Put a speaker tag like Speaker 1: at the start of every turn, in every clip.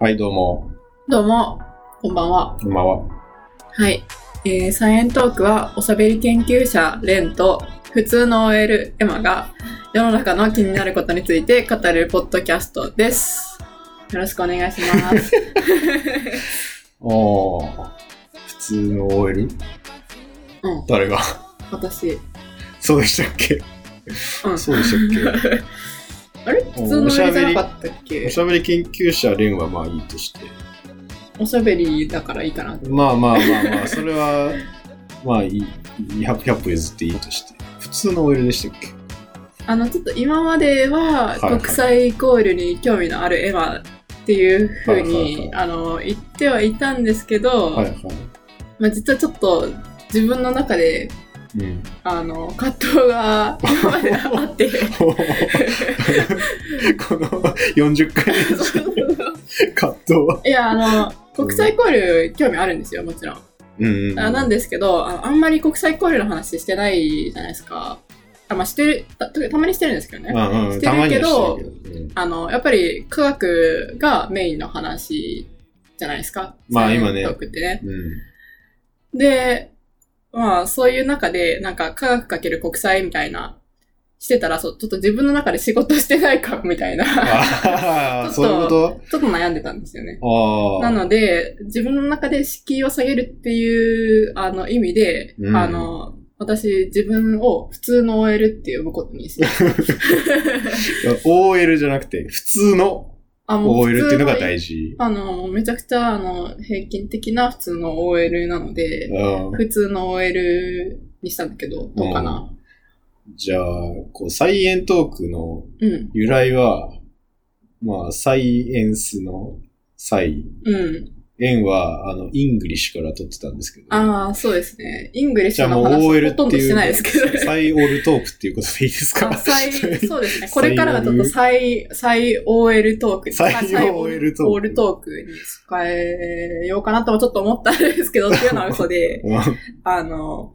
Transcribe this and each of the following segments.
Speaker 1: はい、どうも。
Speaker 2: どうも、こんばんは。
Speaker 1: こんばんは。
Speaker 2: はい。えー、サイエントークは、おしゃべり研究者、レンと、普通の OL、エマが、世の中の気になることについて語るポッドキャストです。よろしくお願いし ます。
Speaker 1: おー。普通の OL?
Speaker 2: うん、
Speaker 1: 誰が
Speaker 2: 私。
Speaker 1: そうでしたっけ
Speaker 2: うん。
Speaker 1: そうでしたっ
Speaker 2: あれ
Speaker 1: お
Speaker 2: 普通の OL じゃなかったっ
Speaker 1: けお
Speaker 2: け
Speaker 1: しゃべり研究者レンはまあいいとして。
Speaker 2: おしゃべりだからいいかな。
Speaker 1: まあまあまあまあ、それは、 まあいい、100, 100歩譲っていいとして。普通の OL でしたっけ
Speaker 2: あの、ちょっと今までは、
Speaker 1: いはい
Speaker 2: 国際イコールに興味のあるエマっていうふう
Speaker 1: はいはい
Speaker 2: に、あの、言ってはいたんですけど、
Speaker 1: はいは
Speaker 2: まあ、実はちょっと自分の中で
Speaker 1: い。うん。
Speaker 2: あの葛藤が今まであって
Speaker 1: この40回にして葛藤は。
Speaker 2: いやあの国際交流興味あるんですよもちろん
Speaker 1: うんうん。
Speaker 2: あなんですけどあのあんまり国際交流の話してないじゃないですかあまあしてるたたまにしてるんですけどね
Speaker 1: まあうん、
Speaker 2: して
Speaker 1: たま
Speaker 2: る
Speaker 1: に
Speaker 2: け
Speaker 1: はし
Speaker 2: ど
Speaker 1: てるけど。うん
Speaker 2: あのやっぱり科学がメインの話じゃないですか
Speaker 1: まあ今ね
Speaker 2: サイエンストークってね
Speaker 1: うん。
Speaker 2: で、まあ、そういう中で、なんか、科学かける国際みたいな、してたら、そう、ちょっと自分の中で仕事してないか、みたいな、
Speaker 1: ああ、
Speaker 2: ち
Speaker 1: そ
Speaker 2: ょ
Speaker 1: う
Speaker 2: っと
Speaker 1: いうこ
Speaker 2: ちょっと悩んでたんですよね。
Speaker 1: とああ。
Speaker 2: なので、自分の中で敷居を下げるっていう、あの、意味で、
Speaker 1: うん
Speaker 2: あの、私、自分を普通の OL って呼ぶことに して。
Speaker 1: いや OL じゃなくて、普通の
Speaker 2: あ
Speaker 1: OL っていうのが
Speaker 2: 事。
Speaker 1: 大事。
Speaker 2: あの、めちゃくちゃ、あの、平均的な普通の OL なので、
Speaker 1: うん
Speaker 2: 普通の OL にしたんだけど、どうかな。
Speaker 1: じゃあ、こう、サイエントークの
Speaker 2: うん。
Speaker 1: 由来は、まあ、サイエンスのサイ。
Speaker 2: うん。
Speaker 1: 円は、あの、イングリッシュから取ってたんですけど。
Speaker 2: ああ、そうですね。イングリッ
Speaker 1: じ
Speaker 2: シ
Speaker 1: ゃあ
Speaker 2: ュ
Speaker 1: も
Speaker 2: の
Speaker 1: う
Speaker 2: 話
Speaker 1: OL
Speaker 2: ほ
Speaker 1: って
Speaker 2: とんど
Speaker 1: い
Speaker 2: してないですけど
Speaker 1: う、
Speaker 2: ね。
Speaker 1: サイオールトークっていうことでいいですか
Speaker 2: あサイ そうですね。これからがちょっと
Speaker 1: サ
Speaker 2: 再、再 OL トークに
Speaker 1: 再 OL トーク
Speaker 2: OL トークに使えようかなともちょっと思ったんですけど、っていうのは 嘘で、
Speaker 1: うん
Speaker 2: あの、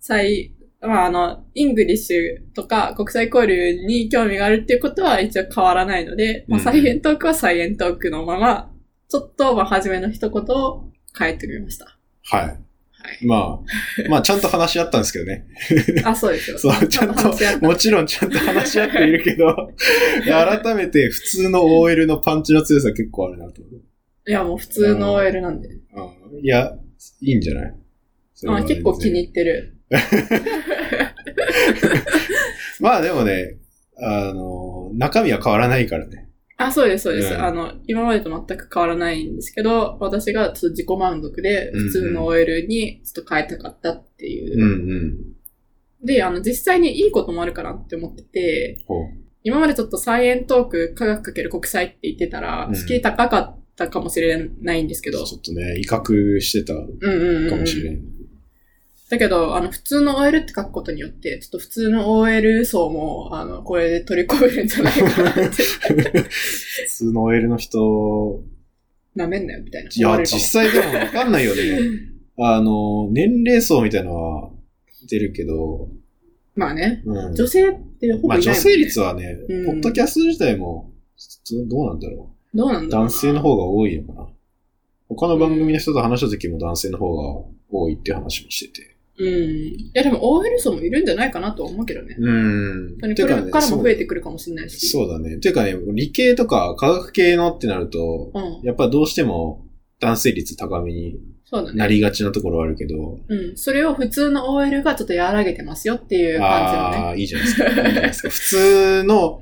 Speaker 2: 再、まああの、イングリッシュとか国際交流に興味があるっていうことは一応変わらないので、まあ、
Speaker 1: うん
Speaker 2: サイエントークはサイエントークのまま、ちょっと、まあ、初めの一言を変えてみました。は
Speaker 1: はい。
Speaker 2: い。
Speaker 1: まあ、まあ、ちゃんと話し合ったんですけどね。
Speaker 2: あ、そうです よ。
Speaker 1: そう、ちゃんと
Speaker 2: 話し合っ、て
Speaker 1: もちろんちゃんと話し合っているけ ど、いや改めて普通の OL のパンチの強さ結構あるなと
Speaker 2: いや、もう普通の OL なんで。
Speaker 1: 思う。うんいや、いいんじゃないそれは
Speaker 2: あ結構気に入ってる。
Speaker 1: まあでもね、あの、中身は変わらないからね。
Speaker 2: あ、そうです、そうです。
Speaker 1: うん
Speaker 2: あの、今までと全く変わらないんですけど、私がちょっと自己満足で、
Speaker 1: うんうん
Speaker 2: 普通の OL にちょっと変えたかったっていうう。
Speaker 1: んうん。
Speaker 2: で、あの、実際にいいこともあるかなって思ってて、
Speaker 1: ほう。
Speaker 2: 今までちょっとサイエントーク、科学かける国際って言ってたら
Speaker 1: う、ん
Speaker 2: 敷居高かったかもしれないんですけど、
Speaker 1: ちょっとね、威嚇してた
Speaker 2: うんうんうん、
Speaker 1: かもしれん。
Speaker 2: だけど、あの、普通の OL って書くことによって、ちょっと普通の OL 層も、あの、これで取り込めるんじゃないか なって。
Speaker 1: 普通の OL の人、
Speaker 2: なめんなよ、みたいな。
Speaker 1: いや、
Speaker 2: 思われるかも
Speaker 1: 実際でもわかんないよね。 あの、年齢層みたいなのは出るけど、
Speaker 2: まあね。
Speaker 1: うん。
Speaker 2: 女性って
Speaker 1: ま
Speaker 2: ほぼいないもん、
Speaker 1: あ
Speaker 2: ね。
Speaker 1: 女性率はね、
Speaker 2: うん
Speaker 1: ポッドキャスト自体も、どどうなんだろ
Speaker 2: どうなん
Speaker 1: う。
Speaker 2: だろうな
Speaker 1: 男性の方が多いのかな。他の番組の人と話した時も男性の方が多いって話もしてて。
Speaker 2: うん。いや、でも OL 層もいるんじゃないかなとは思うけどね。
Speaker 1: うん
Speaker 2: 本当にこれからも増えて
Speaker 1: く
Speaker 2: くるかもしれないし。
Speaker 1: そうそうだね。ていうかね、理系とか科学系のってなると、
Speaker 2: う。ん。
Speaker 1: やっぱどうしても男性率高めに
Speaker 2: そうだね。
Speaker 1: なりがちなところはあるけど、
Speaker 2: うん。それを普通の OL がちょっと和らげてますよっていう感じのね。
Speaker 1: ああ、いいじゃないですか。いいじゃないですか普通の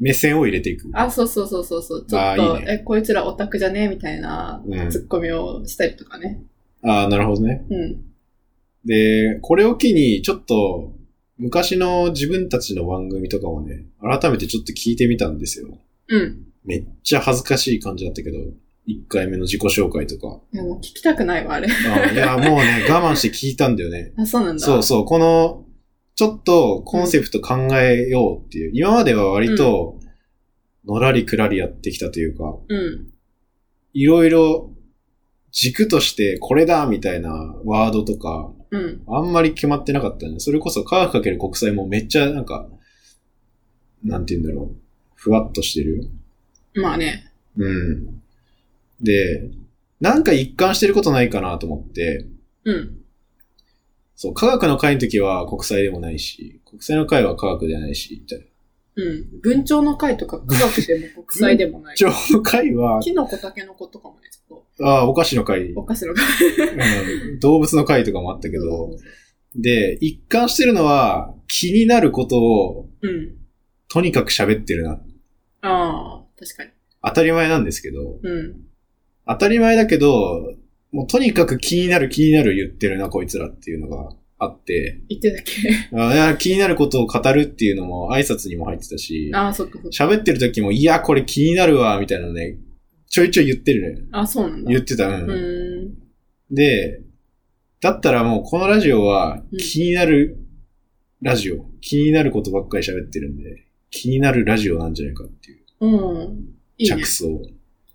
Speaker 1: 目線を入れていく。
Speaker 2: あ、そうそうそうそうそう。ちょ
Speaker 1: あ
Speaker 2: っ
Speaker 1: ー
Speaker 2: と、
Speaker 1: いいね
Speaker 2: え、こいつらオタクじゃねみたいな
Speaker 1: うん
Speaker 2: ツッコミをしたりとかね。
Speaker 1: ああ、なるほどね。
Speaker 2: うん。
Speaker 1: で、これを機に、ちょっと、昔の自分たちの番組とかもね、改めてちょっと聞いてみたんですよ。
Speaker 2: うん。
Speaker 1: めっちゃ恥ずかしい感じだったけど、1回目の自己紹介とか。
Speaker 2: でも聞きたくないわ、あれ。
Speaker 1: あーいや、 もうね、我慢して聞いたんだよね。
Speaker 2: あ、そうなんだ。
Speaker 1: そうそう、この、ちょっとコンセプト考えようっていう、今までは割と、のらりくらりやってきたというか、
Speaker 2: うん。
Speaker 1: いろいろ軸としてこれだみたいなワードとか、
Speaker 2: うん。
Speaker 1: あんまり決まってなかったね。それこそ科学かける国際もめっちゃなんか、なんて言うんだろう。ふわっとしてる。
Speaker 2: まあね。
Speaker 1: うん。で、なんか一貫してることないかなと思って、
Speaker 2: うん。
Speaker 1: そう、科学の会の時は国際でもないし、国際の会は科学でないし、みたいな。
Speaker 2: うん。文鳥の会とか科学でも国際でもない。
Speaker 1: ちょうど会は、
Speaker 2: キノコタケノコとかもね、ちょっ
Speaker 1: ああ、お菓子の会
Speaker 2: と、、お菓子の会
Speaker 1: うん動物の会とかもあったけど、で、一貫してるのは、気になることを、
Speaker 2: うん。
Speaker 1: とにかく喋ってるな。
Speaker 2: ああ、確かに。
Speaker 1: 当たり前なんですけど、
Speaker 2: うん。
Speaker 1: 当たり前だけど、もうとにかく気になる気になる言ってるな、こいつらっていうのがあって、
Speaker 2: 言ってたっけ
Speaker 1: あいや気になることを語るっていうのも挨拶にも入ってたし、
Speaker 2: ああ、そっかそっか。
Speaker 1: 喋ってる時も、いや、これ気になるわ、みたいなのね、ちょいちょい言ってるね。
Speaker 2: あそうなんだ。
Speaker 1: 言ってた。
Speaker 2: う
Speaker 1: うん
Speaker 2: ーん。
Speaker 1: で、だったらもうこのラジオは
Speaker 2: うん
Speaker 1: 気になるラジオ、気になることばっかり喋ってるんで、気になるラジオなんじゃないかっていう
Speaker 2: うん。いいね
Speaker 1: 着。想。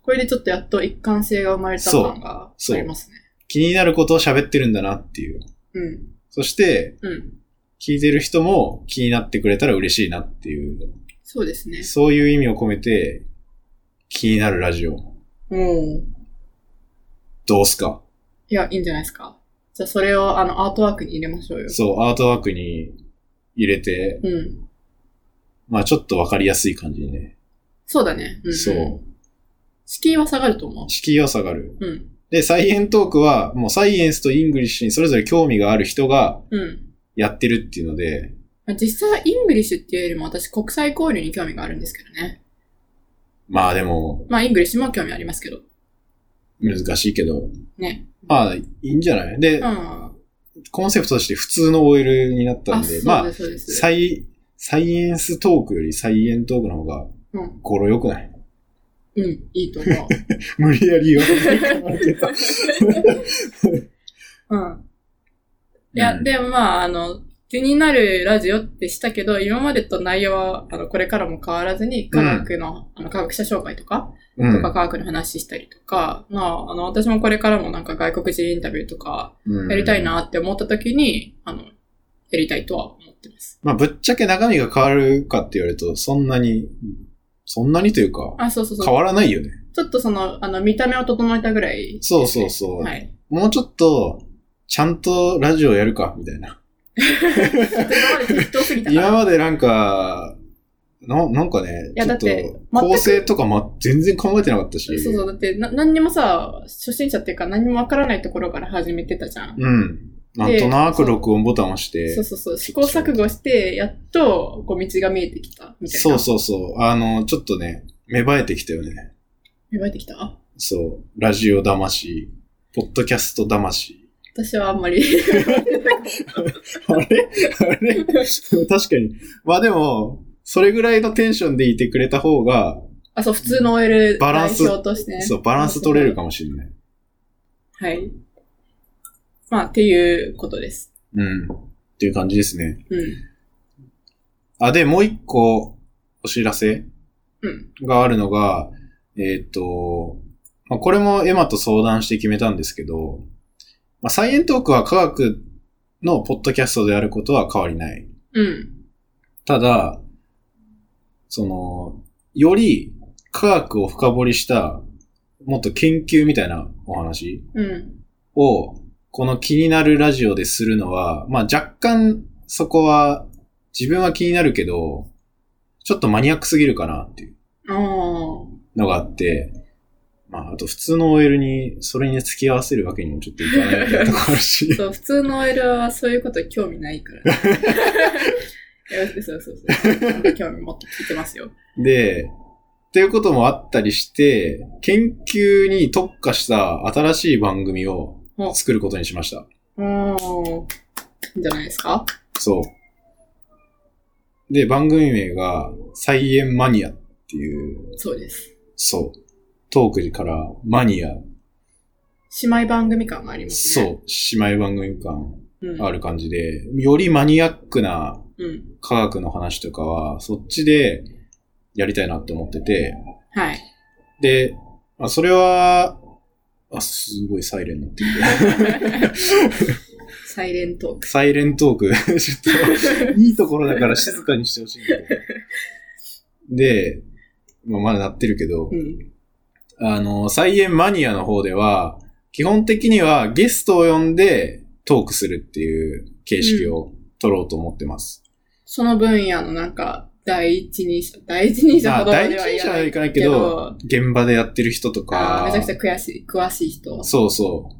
Speaker 2: これでちょっとやっと一貫性が生まれた感があ
Speaker 1: そう
Speaker 2: りますね。
Speaker 1: 気になることを喋ってるんだなっていう。
Speaker 2: うん。
Speaker 1: そして、
Speaker 2: うん。
Speaker 1: 聞いてる人も気になってくれたら嬉しいなっていう、
Speaker 2: そうですね。
Speaker 1: そういう意味を込めて、気になるラジオ、
Speaker 2: うん。
Speaker 1: どうすか
Speaker 2: いや、いいんじゃないですか。じゃあそれをあのアートワークに入れましょうよ。
Speaker 1: そう、アートワークに入れて、
Speaker 2: うん。
Speaker 1: まあちょっとわかりやすい感じにね。
Speaker 2: そうだね。うん、
Speaker 1: そう。
Speaker 2: 敷居は下がると思
Speaker 1: 敷居は下がる。
Speaker 2: う。うん。
Speaker 1: で、サイエントークは、もうサイエンスとイングリッシュにそれぞれ興味がある人が
Speaker 2: うん。
Speaker 1: やってるっていうので、
Speaker 2: まあ実際はイングリッシュっていうよりも私国際交流に興味があるんですけどね。
Speaker 1: まあでも、
Speaker 2: まあイングリッシュも興味ありますけど。
Speaker 1: 難しいけど、
Speaker 2: ね。
Speaker 1: まあ、いいんじゃないで、
Speaker 2: うん。あ、
Speaker 1: コンセプトとして普通の OL になったん
Speaker 2: そう
Speaker 1: で
Speaker 2: で、す、
Speaker 1: まあ、
Speaker 2: そうです。
Speaker 1: サイ、サイエンストークよりサイエントークの方が
Speaker 2: うん。
Speaker 1: 語呂良くない
Speaker 2: うん。いいと思う。
Speaker 1: 無理やり言われてた。
Speaker 2: うん。いや、
Speaker 1: うん
Speaker 2: でもまあ、あの、気になるラジオってしたけど、今までと内容は、あの、これからも変わらずに、科学の、あの、科学者紹介とか、
Speaker 1: う
Speaker 2: とか
Speaker 1: ん。
Speaker 2: 科学の話したりとか、まあ、あの、私もこれからもなんか外国人インタビューとか、
Speaker 1: うん
Speaker 2: やりたい。なって思った時に、あの、やりたいとは思ってます。
Speaker 1: まあ、ぶっちゃけ中身が変わるかって言われると、そんなに、そんなにというか、
Speaker 2: あ、そうそう
Speaker 1: 変
Speaker 2: そう。
Speaker 1: わらないよね。
Speaker 2: ちょっとその、あの、見た目を整えたぐらい。
Speaker 1: そうそうそう。
Speaker 2: はい。
Speaker 1: もうちょっと、ちゃんとラジオやるか、みたいな。
Speaker 2: 今まで適当すぎたか
Speaker 1: 今
Speaker 2: ら。
Speaker 1: までなんか、ななんかね、
Speaker 2: や
Speaker 1: ちょ
Speaker 2: だ
Speaker 1: っ
Speaker 2: っ
Speaker 1: と
Speaker 2: て全く
Speaker 1: 構成とか、ま、全然考えてなかったし。
Speaker 2: そうそう。だって、な、何にもさ、初心者っていうか何にもわからないところから始めてたじゃん。
Speaker 1: うん。なんとなく録音ボタンを押し
Speaker 2: そう
Speaker 1: て。
Speaker 2: そうそう。試行錯誤して、やっと、こう、道が見えてきた。みたいな。
Speaker 1: そうそうそう。あの、ちょっとね、芽生えてきたよね。
Speaker 2: 芽生えてきた
Speaker 1: そう。ラジオ魂。ポッドキャスト魂。
Speaker 2: 私はあんまり。
Speaker 1: あれあれ 確かに。まあでも、それぐらいのテンションでいてくれた方が、
Speaker 2: あ、そう、普通の OL
Speaker 1: バラ
Speaker 2: 代
Speaker 1: ンス
Speaker 2: 表としてね。
Speaker 1: そう、バランス取れるかもしれない。
Speaker 2: はい。まあ、っていうことです。
Speaker 1: うん。っていう感じですね。
Speaker 2: うん。
Speaker 1: あ、で、もう一個お知らせ
Speaker 2: うん。
Speaker 1: があるのが、えーっ、と、まあ、これもエマと相談して決めたんですけど、まあ、サイエントークは科学のポッドキャストであることは変わりない。
Speaker 2: うん。
Speaker 1: ただ、その、より科学を深掘りした、もっと研究みたいなお話
Speaker 2: うん。
Speaker 1: を、この気になるラジオでするのは、まあ若干そこは自分は気になるけど、ちょっとマニアックすぎるかなっていう
Speaker 2: ああ。
Speaker 1: のがあって、まああと普通の OL にそれに付き合わせるわけにもちょっといかないみたいなとこあるし、
Speaker 2: そう、普通の OL はそういうこと興味な いから、ね。いやそうそうそう。興味持って聞いてますよ。
Speaker 1: で、っていうこともあったりして、研究に特化した新しい番組を作ることにしました。
Speaker 2: おー。いいんじゃないですか
Speaker 1: そう。で、番組名が、サイエンマニアっていう、
Speaker 2: そうです。
Speaker 1: そう。トークからマニア、
Speaker 2: 姉妹番組感がありますね。
Speaker 1: そう、姉妹番組感
Speaker 2: そう。うん。
Speaker 1: ある感じで、よりマニアックな
Speaker 2: うん。
Speaker 1: 科学の話とかは、そっちでやりたいなって思ってて、
Speaker 2: はい。
Speaker 1: で、まあ、それは、あ、すごいサイレンになってきて。
Speaker 2: サイレントーク。
Speaker 1: サイレントーク。 ちょっと、いいところだから静かにしてほしいんだけど。で、まあ、まだ鳴ってるけど
Speaker 2: う、ん。
Speaker 1: あの、菜園マニアの方では、基本的にはゲストを呼んでトークするっていう形式を取ろうと思ってます。
Speaker 2: その分野のなんか、第一人者、第一人者
Speaker 1: まあ、
Speaker 2: ほどま
Speaker 1: 第
Speaker 2: で
Speaker 1: 一
Speaker 2: は
Speaker 1: 人
Speaker 2: 言
Speaker 1: 者
Speaker 2: わ
Speaker 1: は
Speaker 2: ないい
Speaker 1: か
Speaker 2: け
Speaker 1: ない
Speaker 2: ど、
Speaker 1: けど、現場でやってる人と
Speaker 2: あ
Speaker 1: か
Speaker 2: ー、めちゃくちゃ悔しい、詳しい人。
Speaker 1: そうそう。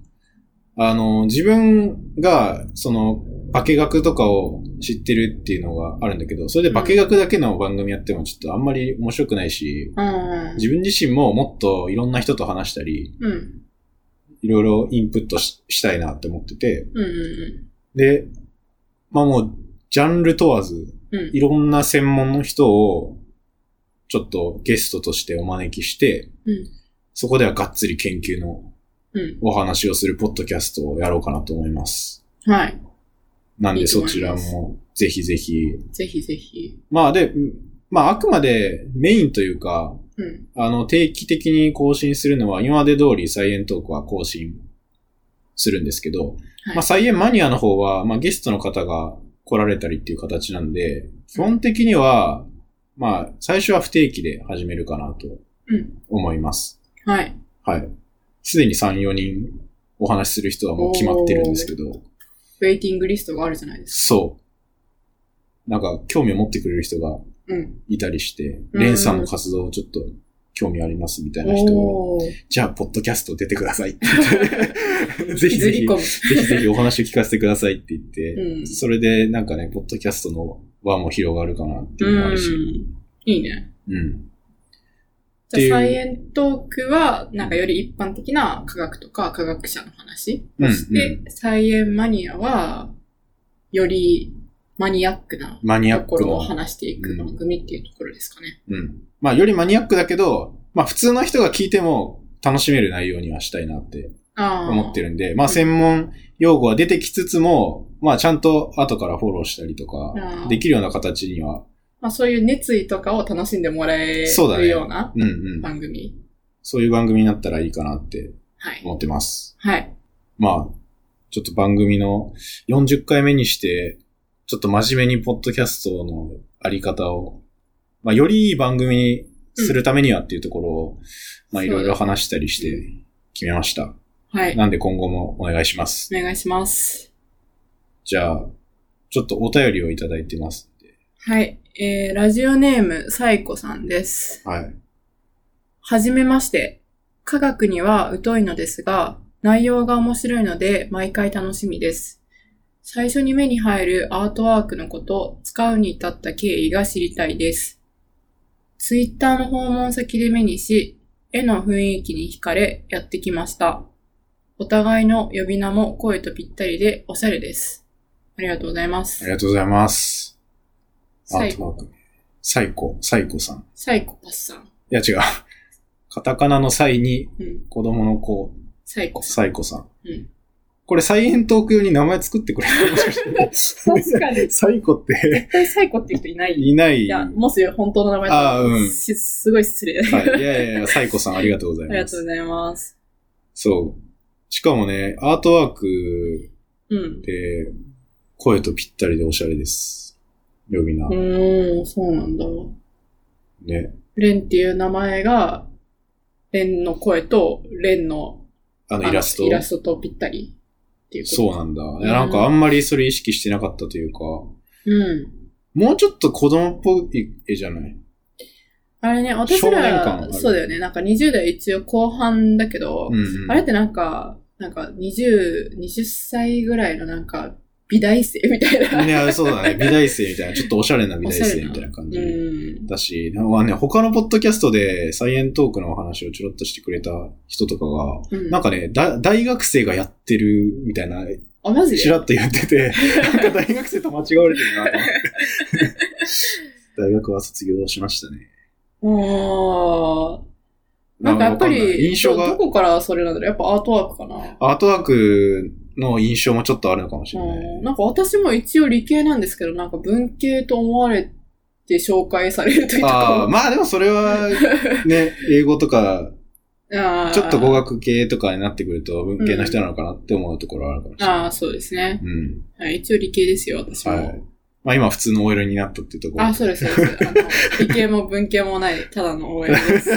Speaker 1: あの、自分が、その、化学とかを知ってるっていうのがあるんだけど、それで化学だけの番組やってもちょっとあんまり面白くないし、
Speaker 2: うんうん。
Speaker 1: 自分自身ももっといろんな人と話したり、
Speaker 2: うん。うん
Speaker 1: いろいろインプットししたいなって思ってて、
Speaker 2: う
Speaker 1: で、まあもう、ジャンル問わず、
Speaker 2: んうん。うん。
Speaker 1: いろんな専門の人を、ちょっとゲストとしてお招きして、
Speaker 2: うん
Speaker 1: そこではがっつり研究の
Speaker 2: う
Speaker 1: お話をするポッドキャストをやろうかなと思います。
Speaker 2: ん。はい。
Speaker 1: なん
Speaker 2: い
Speaker 1: で
Speaker 2: いと
Speaker 1: そ
Speaker 2: 思い
Speaker 1: ちら
Speaker 2: ます
Speaker 1: もぜひぜひ。
Speaker 2: ぜひぜひ。
Speaker 1: まあで、まああくまでメインというか、
Speaker 2: うん。
Speaker 1: あの定期的に更新するのは今まで通りサイエントークは更新するんですけど、
Speaker 2: はい
Speaker 1: まあサイエンマニアの方は、まあゲストの方が来られたりっていう形なんで、基本的には、まあ最初は不定期で始めるかなと
Speaker 2: うん
Speaker 1: 思います。
Speaker 2: はい。
Speaker 1: はい。すでに3、4人お話しする人はもう決まってるんですけど、
Speaker 2: ウェイティングリストがあるじゃないですか。
Speaker 1: そう。なんか、興味を持ってくれる人が
Speaker 2: うん。
Speaker 1: いたりして、
Speaker 2: うん
Speaker 1: レンさんの活動をちょっと興味ありますみたいな人を、
Speaker 2: おー
Speaker 1: じゃあ、ポッドキャスト出てくださいって 言って ぜひ
Speaker 2: 削
Speaker 1: ぜ
Speaker 2: り
Speaker 1: ひ、
Speaker 2: 込
Speaker 1: ぜ
Speaker 2: む。
Speaker 1: ひぜひお話を聞かせてくださいって言って、
Speaker 2: うん
Speaker 1: それでなんかね、ポッドキャストの輪も広がるかなっていうのもあるし、
Speaker 2: うん。いいね。
Speaker 1: うん。っていう
Speaker 2: じゃあ、サイエントークは、なんかより一般的な科学とか科学者の話をして、
Speaker 1: う
Speaker 2: サイエンマニアは、よりマニアックな
Speaker 1: マニアッ
Speaker 2: とこ
Speaker 1: ク
Speaker 2: ろを
Speaker 1: の、
Speaker 2: 話していく番組っていうところですかね。
Speaker 1: うん。まあ、よりマニアックだけど、まあ、普通の人が聞いても楽しめる内容にはしたいなって
Speaker 2: ああ。
Speaker 1: 思ってるんで、まあ
Speaker 2: うん
Speaker 1: 専門用語は出てきつつも、まあちゃんと後からフォローしたりと
Speaker 2: あ
Speaker 1: か
Speaker 2: ー、
Speaker 1: できるような形には、
Speaker 2: まあそういう熱意とかを楽しんでもらえ
Speaker 1: そうだ
Speaker 2: る
Speaker 1: ね
Speaker 2: ような
Speaker 1: うんうん。
Speaker 2: 番組。
Speaker 1: そういう番組になったらいいかなって
Speaker 2: はい。
Speaker 1: 思ってます。
Speaker 2: はい。
Speaker 1: まあ、ちょっと番組の40回目にして、ちょっと真面目にポッドキャストのあり方を、まあよりいい番組にするためにはっていうところを、まあいろいろ話したりして決めました。
Speaker 2: はい。
Speaker 1: なんで今後もお願いします。
Speaker 2: お願いします。
Speaker 1: じゃあ、ちょっとお便りをいただいてますんで。
Speaker 2: はい。えー、ラジオネーム、サイコさんです。
Speaker 1: はい。
Speaker 2: はじめまして。科学には疎いのですが、内容が面白いので毎回楽しみです。最初に目に入るアートワークのこと、使うに至った経緯が知りたいです。ツイッターの訪問先で目にし、絵の雰囲気に惹かれやってきました。お互いの呼び名も声とぴったりでおしゃれです。ありがとうございま
Speaker 1: あ
Speaker 2: す
Speaker 1: り。がとうございます。ア
Speaker 2: サイ
Speaker 1: ートワーク。サイコ、サイコさん。い
Speaker 2: サイコパスさん。
Speaker 1: や違う。カタカナのサイに
Speaker 2: うん。
Speaker 1: 子供の子、
Speaker 2: サイコ さん。
Speaker 1: サイコさん。
Speaker 2: うん
Speaker 1: これサイエントーク用に名前作ってくれたもしか して
Speaker 2: 確かに。絶
Speaker 1: サイコって
Speaker 2: 対サイコっていう人いない
Speaker 1: いない。
Speaker 2: いや、もし本当の名前だ
Speaker 1: あーうん
Speaker 2: しすごい失礼。
Speaker 1: はい、いやいやいや、サイコさんありがとうござい
Speaker 2: あ
Speaker 1: ます。
Speaker 2: りがとうございます。
Speaker 1: そう。しかもね、アートワーク
Speaker 2: うん。
Speaker 1: で声とぴったりでおしゃれです。呼び名。
Speaker 2: うーん、そうなんだ。
Speaker 1: ね。
Speaker 2: レンっていう名前が、レンの声と、レンの
Speaker 1: あ
Speaker 2: あ
Speaker 1: のイラスト。
Speaker 2: イラストとぴったりっていうこと。
Speaker 1: そうなんだ。いやなんかあんまりそれ意識してなかったというか、
Speaker 2: うん。
Speaker 1: もうちょっと子供っぽい絵じゃない
Speaker 2: あれね、私
Speaker 1: 少年感あ
Speaker 2: ら、
Speaker 1: る
Speaker 2: そうだよね、なんか20代一応後半だけど、
Speaker 1: うん、うん。
Speaker 2: あれってなんか、なんか20、20歳ぐらいのなんか、美大生みたいな。
Speaker 1: いや、そうだ ね。美大生みたいな、ちょっとおしゃれな美大生みたいな感じ。
Speaker 2: うん。
Speaker 1: だし、まあね、他のポッドキャストでサイエントークのお話をちょろっとしてくれた人とかが、
Speaker 2: うん、
Speaker 1: なんかね、だ大学生がやってるみたいな、
Speaker 2: あ、マジで
Speaker 1: ちらっと言ってて、なんか大学生と間違われてるなと思 って。大学は卒業しましたね。
Speaker 2: ああ。なんかやっぱ
Speaker 1: わんない
Speaker 2: り、
Speaker 1: 印象
Speaker 2: ど
Speaker 1: が
Speaker 2: ど、こからそれなんだろうやっぱアートワークかな。
Speaker 1: アートワークの印象もちょっとあるのかもしれない。
Speaker 2: うんなんか私も一応理系なんですけど、なんか文系と思われて紹介されるという
Speaker 1: ああ、
Speaker 2: か。
Speaker 1: まあでもそれは、ね、英語とか、
Speaker 2: あー
Speaker 1: ちょっと語学系とかになってくると文系の人なのかなって思うところはあるかもしれ
Speaker 2: あ
Speaker 1: な
Speaker 2: あ、そうですね
Speaker 1: い。。うん。
Speaker 2: はい、一応理系ですよ、私も。
Speaker 1: はい。まあ今普通の OL になったっていうところ。
Speaker 2: あ、そ うです、そうです。あの理系も文系もない、ただの応援です。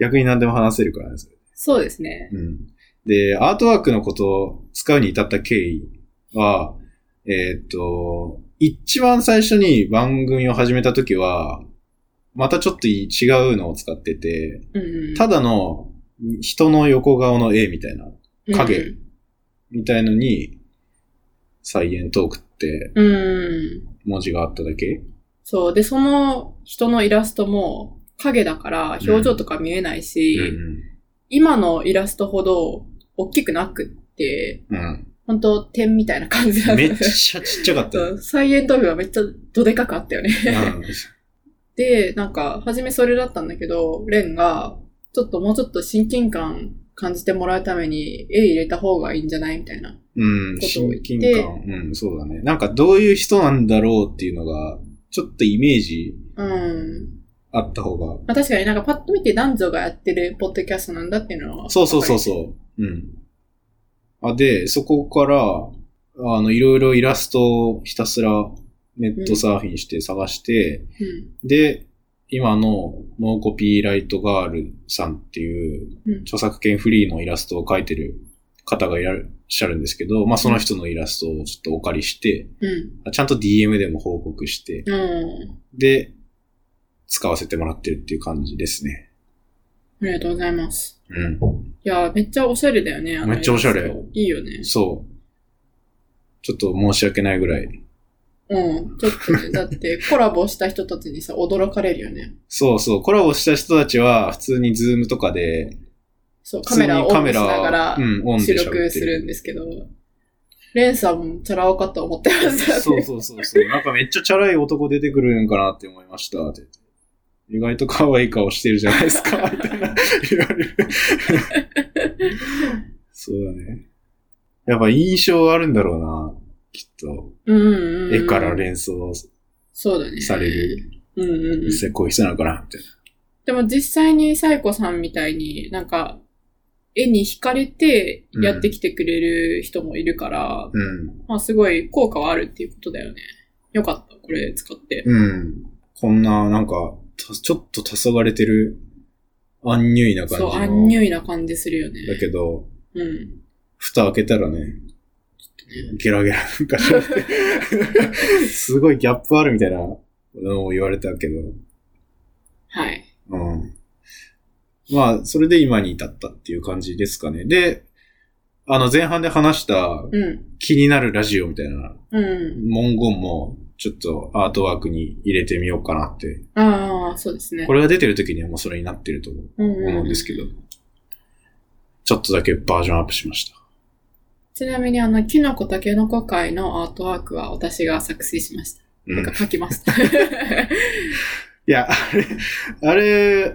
Speaker 1: 逆に何でも話せるからね、それ。
Speaker 2: そうですね。
Speaker 1: うん。で、アートワークのことを使うに至った経緯は、えーっと、一番最初に番組を始めた時は、またちょっと違うのを使ってて、
Speaker 2: うんうん。
Speaker 1: ただの人の横顔の絵みたいな、影みたいのに、サイエントークって
Speaker 2: うん。うん。
Speaker 1: 文字があっただけ
Speaker 2: そう。で、その人のイラストも影だから表情とか見えないし、今のイラストほど大きくなくって、
Speaker 1: うん。うん。
Speaker 2: 本当点みたいな感じなん
Speaker 1: め
Speaker 2: で
Speaker 1: っちゃちっちゃかった
Speaker 2: そ。うサイエントークがめっちゃどでかくあったよね。
Speaker 1: うん
Speaker 2: で、なんか、初めそれだったんだけど、レンが、ちょっともうちょっと親近感感じてもらうために、絵入れた方がいいんじゃないみたいな。
Speaker 1: うん、
Speaker 2: ことを言
Speaker 1: 親
Speaker 2: って
Speaker 1: 近感。うん、そうだね。なんかどういう人なんだろうっていうのが、ちょっとイメージ
Speaker 2: うん。
Speaker 1: あった方が。
Speaker 2: まあ、確かになんかパッと見て男女がやってるポッドキャストなんだっていうのは。
Speaker 1: そうそうそうそう。うん。あで、そこから、あの、いろいろイラストをひたすらネットサーフィンして探して、
Speaker 2: う。
Speaker 1: で、今のノーコピーライトガールさんっていう
Speaker 2: うん。うん。
Speaker 1: 著作権フリーのイラストを描いてる方がいらっしゃるんですけど、まあその人のイラストをちょっとお借りして、
Speaker 2: うん。
Speaker 1: ちゃんと DM でも報告して、
Speaker 2: うん。
Speaker 1: で、使わせてもらってるっていう感じですね。
Speaker 2: ありがとうございます。
Speaker 1: う
Speaker 2: いやー、めっちゃおしゃれだよね。あの
Speaker 1: めっちゃおしゃれ
Speaker 2: イラストいいよね
Speaker 1: ん。。そう。ちょっと申し訳ないぐらい。
Speaker 2: うん。ちょっとね、だってコラボした人たちにさ、驚かれるよね。
Speaker 1: そうそう、コラボした人たちは普通にズームとかで、
Speaker 2: そう、カメラをオンにしながら
Speaker 1: 普通、にカメラうん、オンで
Speaker 2: 収
Speaker 1: 喋って
Speaker 2: 録するんですけど、レンさんもチャラ男かと思ってま したね。
Speaker 1: そうそうそうそう。なんかめっちゃチャラい男出てくるんかなって思いました。って意外と可愛い顔してるじゃないですか。みたいな言われる。そうだね。やっぱ印象あるんだろうな。きっと。
Speaker 2: うんうんうん。
Speaker 1: 絵から連想
Speaker 2: そうだね。
Speaker 1: される。
Speaker 2: うんうんうん。
Speaker 1: こういう人なのかなみたい
Speaker 2: でも実際にサイコさんみたいになんか、絵に惹かれてやってきてくれる人もいるから、
Speaker 1: な。
Speaker 2: まあすごい効果はあるっていうことだよね。よかった、これ使って。
Speaker 1: うん。うん。こんな、なんか、たちょっと黄昏れてる、アンニュイな感じ
Speaker 2: そ
Speaker 1: の。
Speaker 2: う、アンニュイな感じするよね。
Speaker 1: だけど、
Speaker 2: うん。
Speaker 1: 蓋開けたらね、ゲラゲラなんかしちゃ って、すごいギャップあるみたいなのを言われたけど、
Speaker 2: はい。
Speaker 1: うん。まあ、それで今に至ったっていう感じですかね。で、あの前半で話した
Speaker 2: うん。
Speaker 1: 気になるラジオみたいな
Speaker 2: うん。
Speaker 1: 文言もちょっとアートワークに入れてみようかなって。
Speaker 2: ああ、そうですね。
Speaker 1: これが出てる時にはもうそれになってると思
Speaker 2: 思
Speaker 1: うんですけど、ちょっとだけバージョンアップしました。
Speaker 2: ちなみにあの、キノコタケノコ会のアートワークは私が作成しました。
Speaker 1: うん
Speaker 2: てか書きま した。
Speaker 1: いや、あれ、あれ、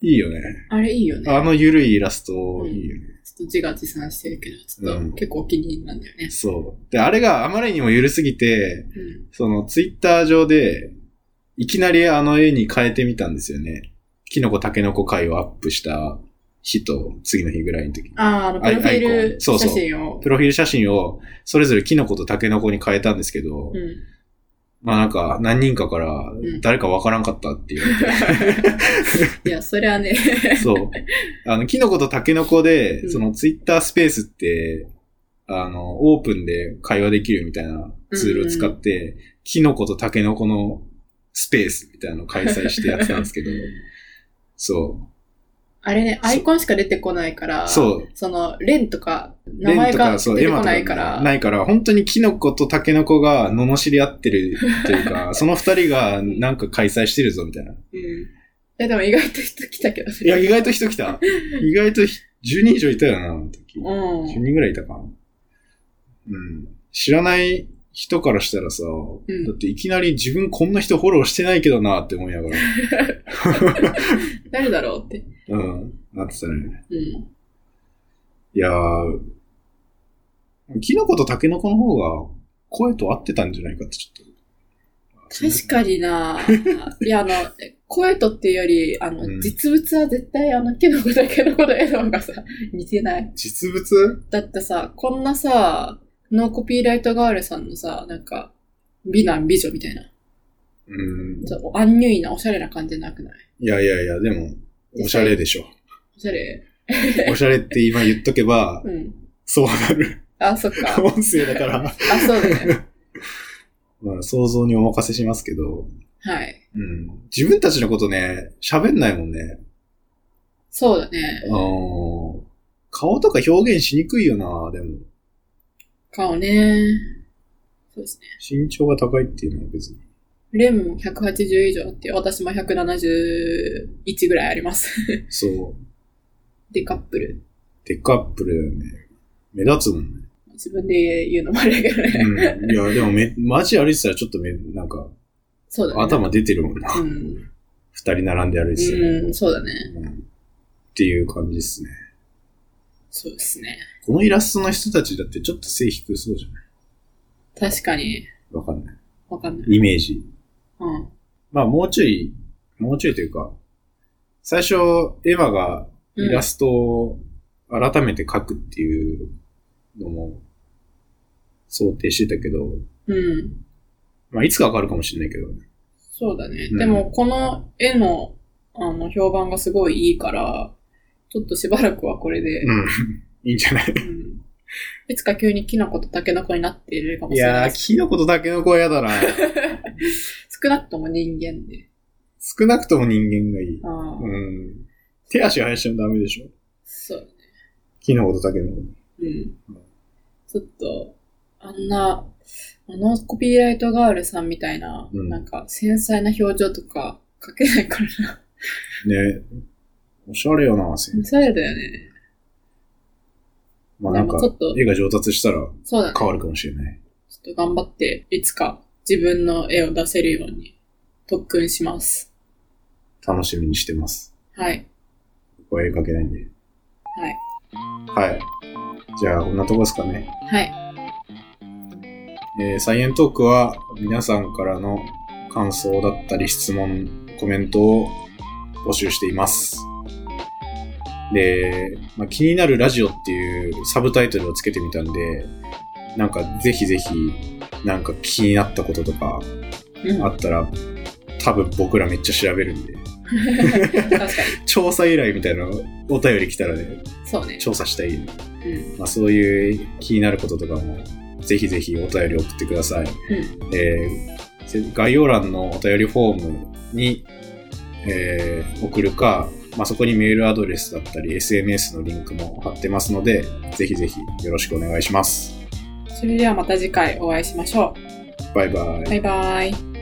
Speaker 1: いいよね。
Speaker 2: あれいいよね。
Speaker 1: あのゆるいイラスト、いいよね。
Speaker 2: ちょっと自画自賛してるけど、ちょ
Speaker 1: う
Speaker 2: っ
Speaker 1: ん
Speaker 2: と結構お気に入りなんだよね。
Speaker 1: そう。で、あれがあまりにもゆるすぎて、
Speaker 2: うん。
Speaker 1: そのツイッター上で、いきなりあの絵に変えてみたんですよね。キノコタケノコ回をアップした日と次の日ぐらいの時に。
Speaker 2: ああ、あの、プロフィ
Speaker 1: アイア
Speaker 2: ー
Speaker 1: イコ
Speaker 2: ル
Speaker 1: ンそうそ
Speaker 2: 写
Speaker 1: う
Speaker 2: 真を。
Speaker 1: プロフィール写真をそれぞれキノコとタケノコに変えたんですけど、
Speaker 2: うん。
Speaker 1: まあなんか何人かから
Speaker 2: ん
Speaker 1: 誰かわからんかったって言われて、
Speaker 2: いや、それはね、
Speaker 1: そう。あの、キノコとタケノコ
Speaker 2: う
Speaker 1: で、
Speaker 2: ん
Speaker 1: そのツイッタースペースって、あの、オープンで会話できるみたいなツールを使って、キノコとタケノコのスペースみたいなのを開催してやってたんです けど、そ
Speaker 2: あれね、
Speaker 1: そう
Speaker 2: アイコンしか出てこないから、
Speaker 1: う。そう。
Speaker 2: その、レンとか、名
Speaker 1: レン
Speaker 2: 前
Speaker 1: と
Speaker 2: が
Speaker 1: か、そ
Speaker 2: 出
Speaker 1: う、
Speaker 2: て
Speaker 1: エ
Speaker 2: こ
Speaker 1: マと
Speaker 2: な
Speaker 1: か
Speaker 2: いから、
Speaker 1: ないから、本当にキノコとタケノコが罵り合ってるという か、その二人がなんか開催してるぞみたいな。
Speaker 2: うん。いや、でも意外と人来たけどね。
Speaker 1: いや、意外と人来た。意外とひ10人以上いたよな、あの時。
Speaker 2: うん。
Speaker 1: 10人ぐらいいたかな。うん。知らない人からしたらさ、
Speaker 2: ん
Speaker 1: だっていきなり自分こんな人フォローしてないけどなって思いながら、
Speaker 2: 誰だろうって。
Speaker 1: うん、なってたね。
Speaker 2: うん。
Speaker 1: いやー、キノコとタケノコの方が声と合ってたんじゃないかってちょっと。
Speaker 2: 確か にないや、あの、声とっていうより、あの、
Speaker 1: うん
Speaker 2: 実物は絶対あの、キノコだけのこと絵の方がさ、似てない。
Speaker 1: 実物
Speaker 2: だってさ、こんなさ、ノーコピーライトガールさんのさ、なんか、美男美女みたいな、
Speaker 1: うん。
Speaker 2: ちょっとアンニュイなおしゃれな感じなくない
Speaker 1: いやいやいや、でも、おしゃれで しょ。
Speaker 2: おしゃれ
Speaker 1: おしゃれって今言っとけば、
Speaker 2: うん。
Speaker 1: そうなる。
Speaker 2: あ、そっか。
Speaker 1: 音声だから、
Speaker 2: あ、そうだ ね。
Speaker 1: まあ、想像にお任せしますけど、
Speaker 2: はい。
Speaker 1: うん。自分たちのことね、喋んないもんね。
Speaker 2: そうだね。
Speaker 1: あのー顔とか表現しにくいよな、でも。
Speaker 2: 顔ね。そうですね。
Speaker 1: 身長が高いっていうのは別に。
Speaker 2: レンも180以上あって、私も171ぐらいあります。
Speaker 1: そう。
Speaker 2: で、カップル。
Speaker 1: テックアップルだよね。目立つもんね。
Speaker 2: 自分で言うのもあれだけどね。
Speaker 1: うん。いや、でもめ、街歩いてたらちょっとめ、なんか、
Speaker 2: そうだね。
Speaker 1: 頭出てるもんな。
Speaker 2: うん。
Speaker 1: 二人並んで歩いてたら。
Speaker 2: うん、そうだね。
Speaker 1: うんっていう感じですね。
Speaker 2: そうですね。
Speaker 1: このイラストの人たちだってちょっと背低そうじゃない
Speaker 2: 確かに、
Speaker 1: わかんない。
Speaker 2: わかんない。
Speaker 1: イメージ。
Speaker 2: うん。
Speaker 1: まあ、もうちょい、もうちょいというか、最初、エヴァがイラストを改めて描くっていうのも想定してたけど、
Speaker 2: うん。
Speaker 1: まあ、いつかわかるかもしれないけど、
Speaker 2: そうだね。
Speaker 1: うん
Speaker 2: でも、この絵の、あの、評判がすごいいいから、ちょっとしばらくはこれで、
Speaker 1: うん。 いいんじゃない
Speaker 2: うんいつか急にキノコとタケノコになっているかも
Speaker 1: い
Speaker 2: しれな
Speaker 1: や
Speaker 2: い
Speaker 1: ー、。キノコとタケノコは嫌だな。
Speaker 2: 少なくとも人間で。
Speaker 1: 少なくとも人間がいい。
Speaker 2: ああ、
Speaker 1: うん。手足生やしてもダメでしょ。
Speaker 2: そう。
Speaker 1: キノコとタケノコ。
Speaker 2: うん。ちょっと、あんな、あのコピーライトガールさんみたいな、
Speaker 1: うん
Speaker 2: なんか繊細な表情とか描けないからな。
Speaker 1: ね。おしゃれよな、せ
Speaker 2: おしゃれだよね。
Speaker 1: まあなんか
Speaker 2: でもちょっと、
Speaker 1: 絵が上達したら
Speaker 2: そうだね。
Speaker 1: 変わるかもしれない。
Speaker 2: ちょっと頑張って、いつか自分の絵を出せるように特訓します。
Speaker 1: 楽しみにしてます。
Speaker 2: はい。
Speaker 1: 僕は絵描けないんで。
Speaker 2: はい。
Speaker 1: はい。じゃあ、こんなとこですかね。
Speaker 2: はい。
Speaker 1: えー、サイエントークは皆さんからの感想だったり質問、コメントを募集しています。で、まあ、気になるラジオっていうサブタイトルをつけてみたんで、なんかぜひぜひ、なんか気になったこととか
Speaker 2: うん。
Speaker 1: あったら、多分僕らめっちゃ調べるんで、
Speaker 2: 確か
Speaker 1: 調査依頼みたいなお便り来たらね、
Speaker 2: に。そうね。
Speaker 1: 調査したい。
Speaker 2: うん。
Speaker 1: まあ、そういう気になることとかも、ぜひぜひお便り送ってください。
Speaker 2: ん
Speaker 1: えーせ概要欄のお便りフォームに、えー送るか、まあ、そこにメールアドレスだったり、SNS のリンクも貼ってますので、ぜひぜひよろしくお願いします。
Speaker 2: それではまた次回お会いしましょ
Speaker 1: バイバイ。
Speaker 2: う。バイバイ。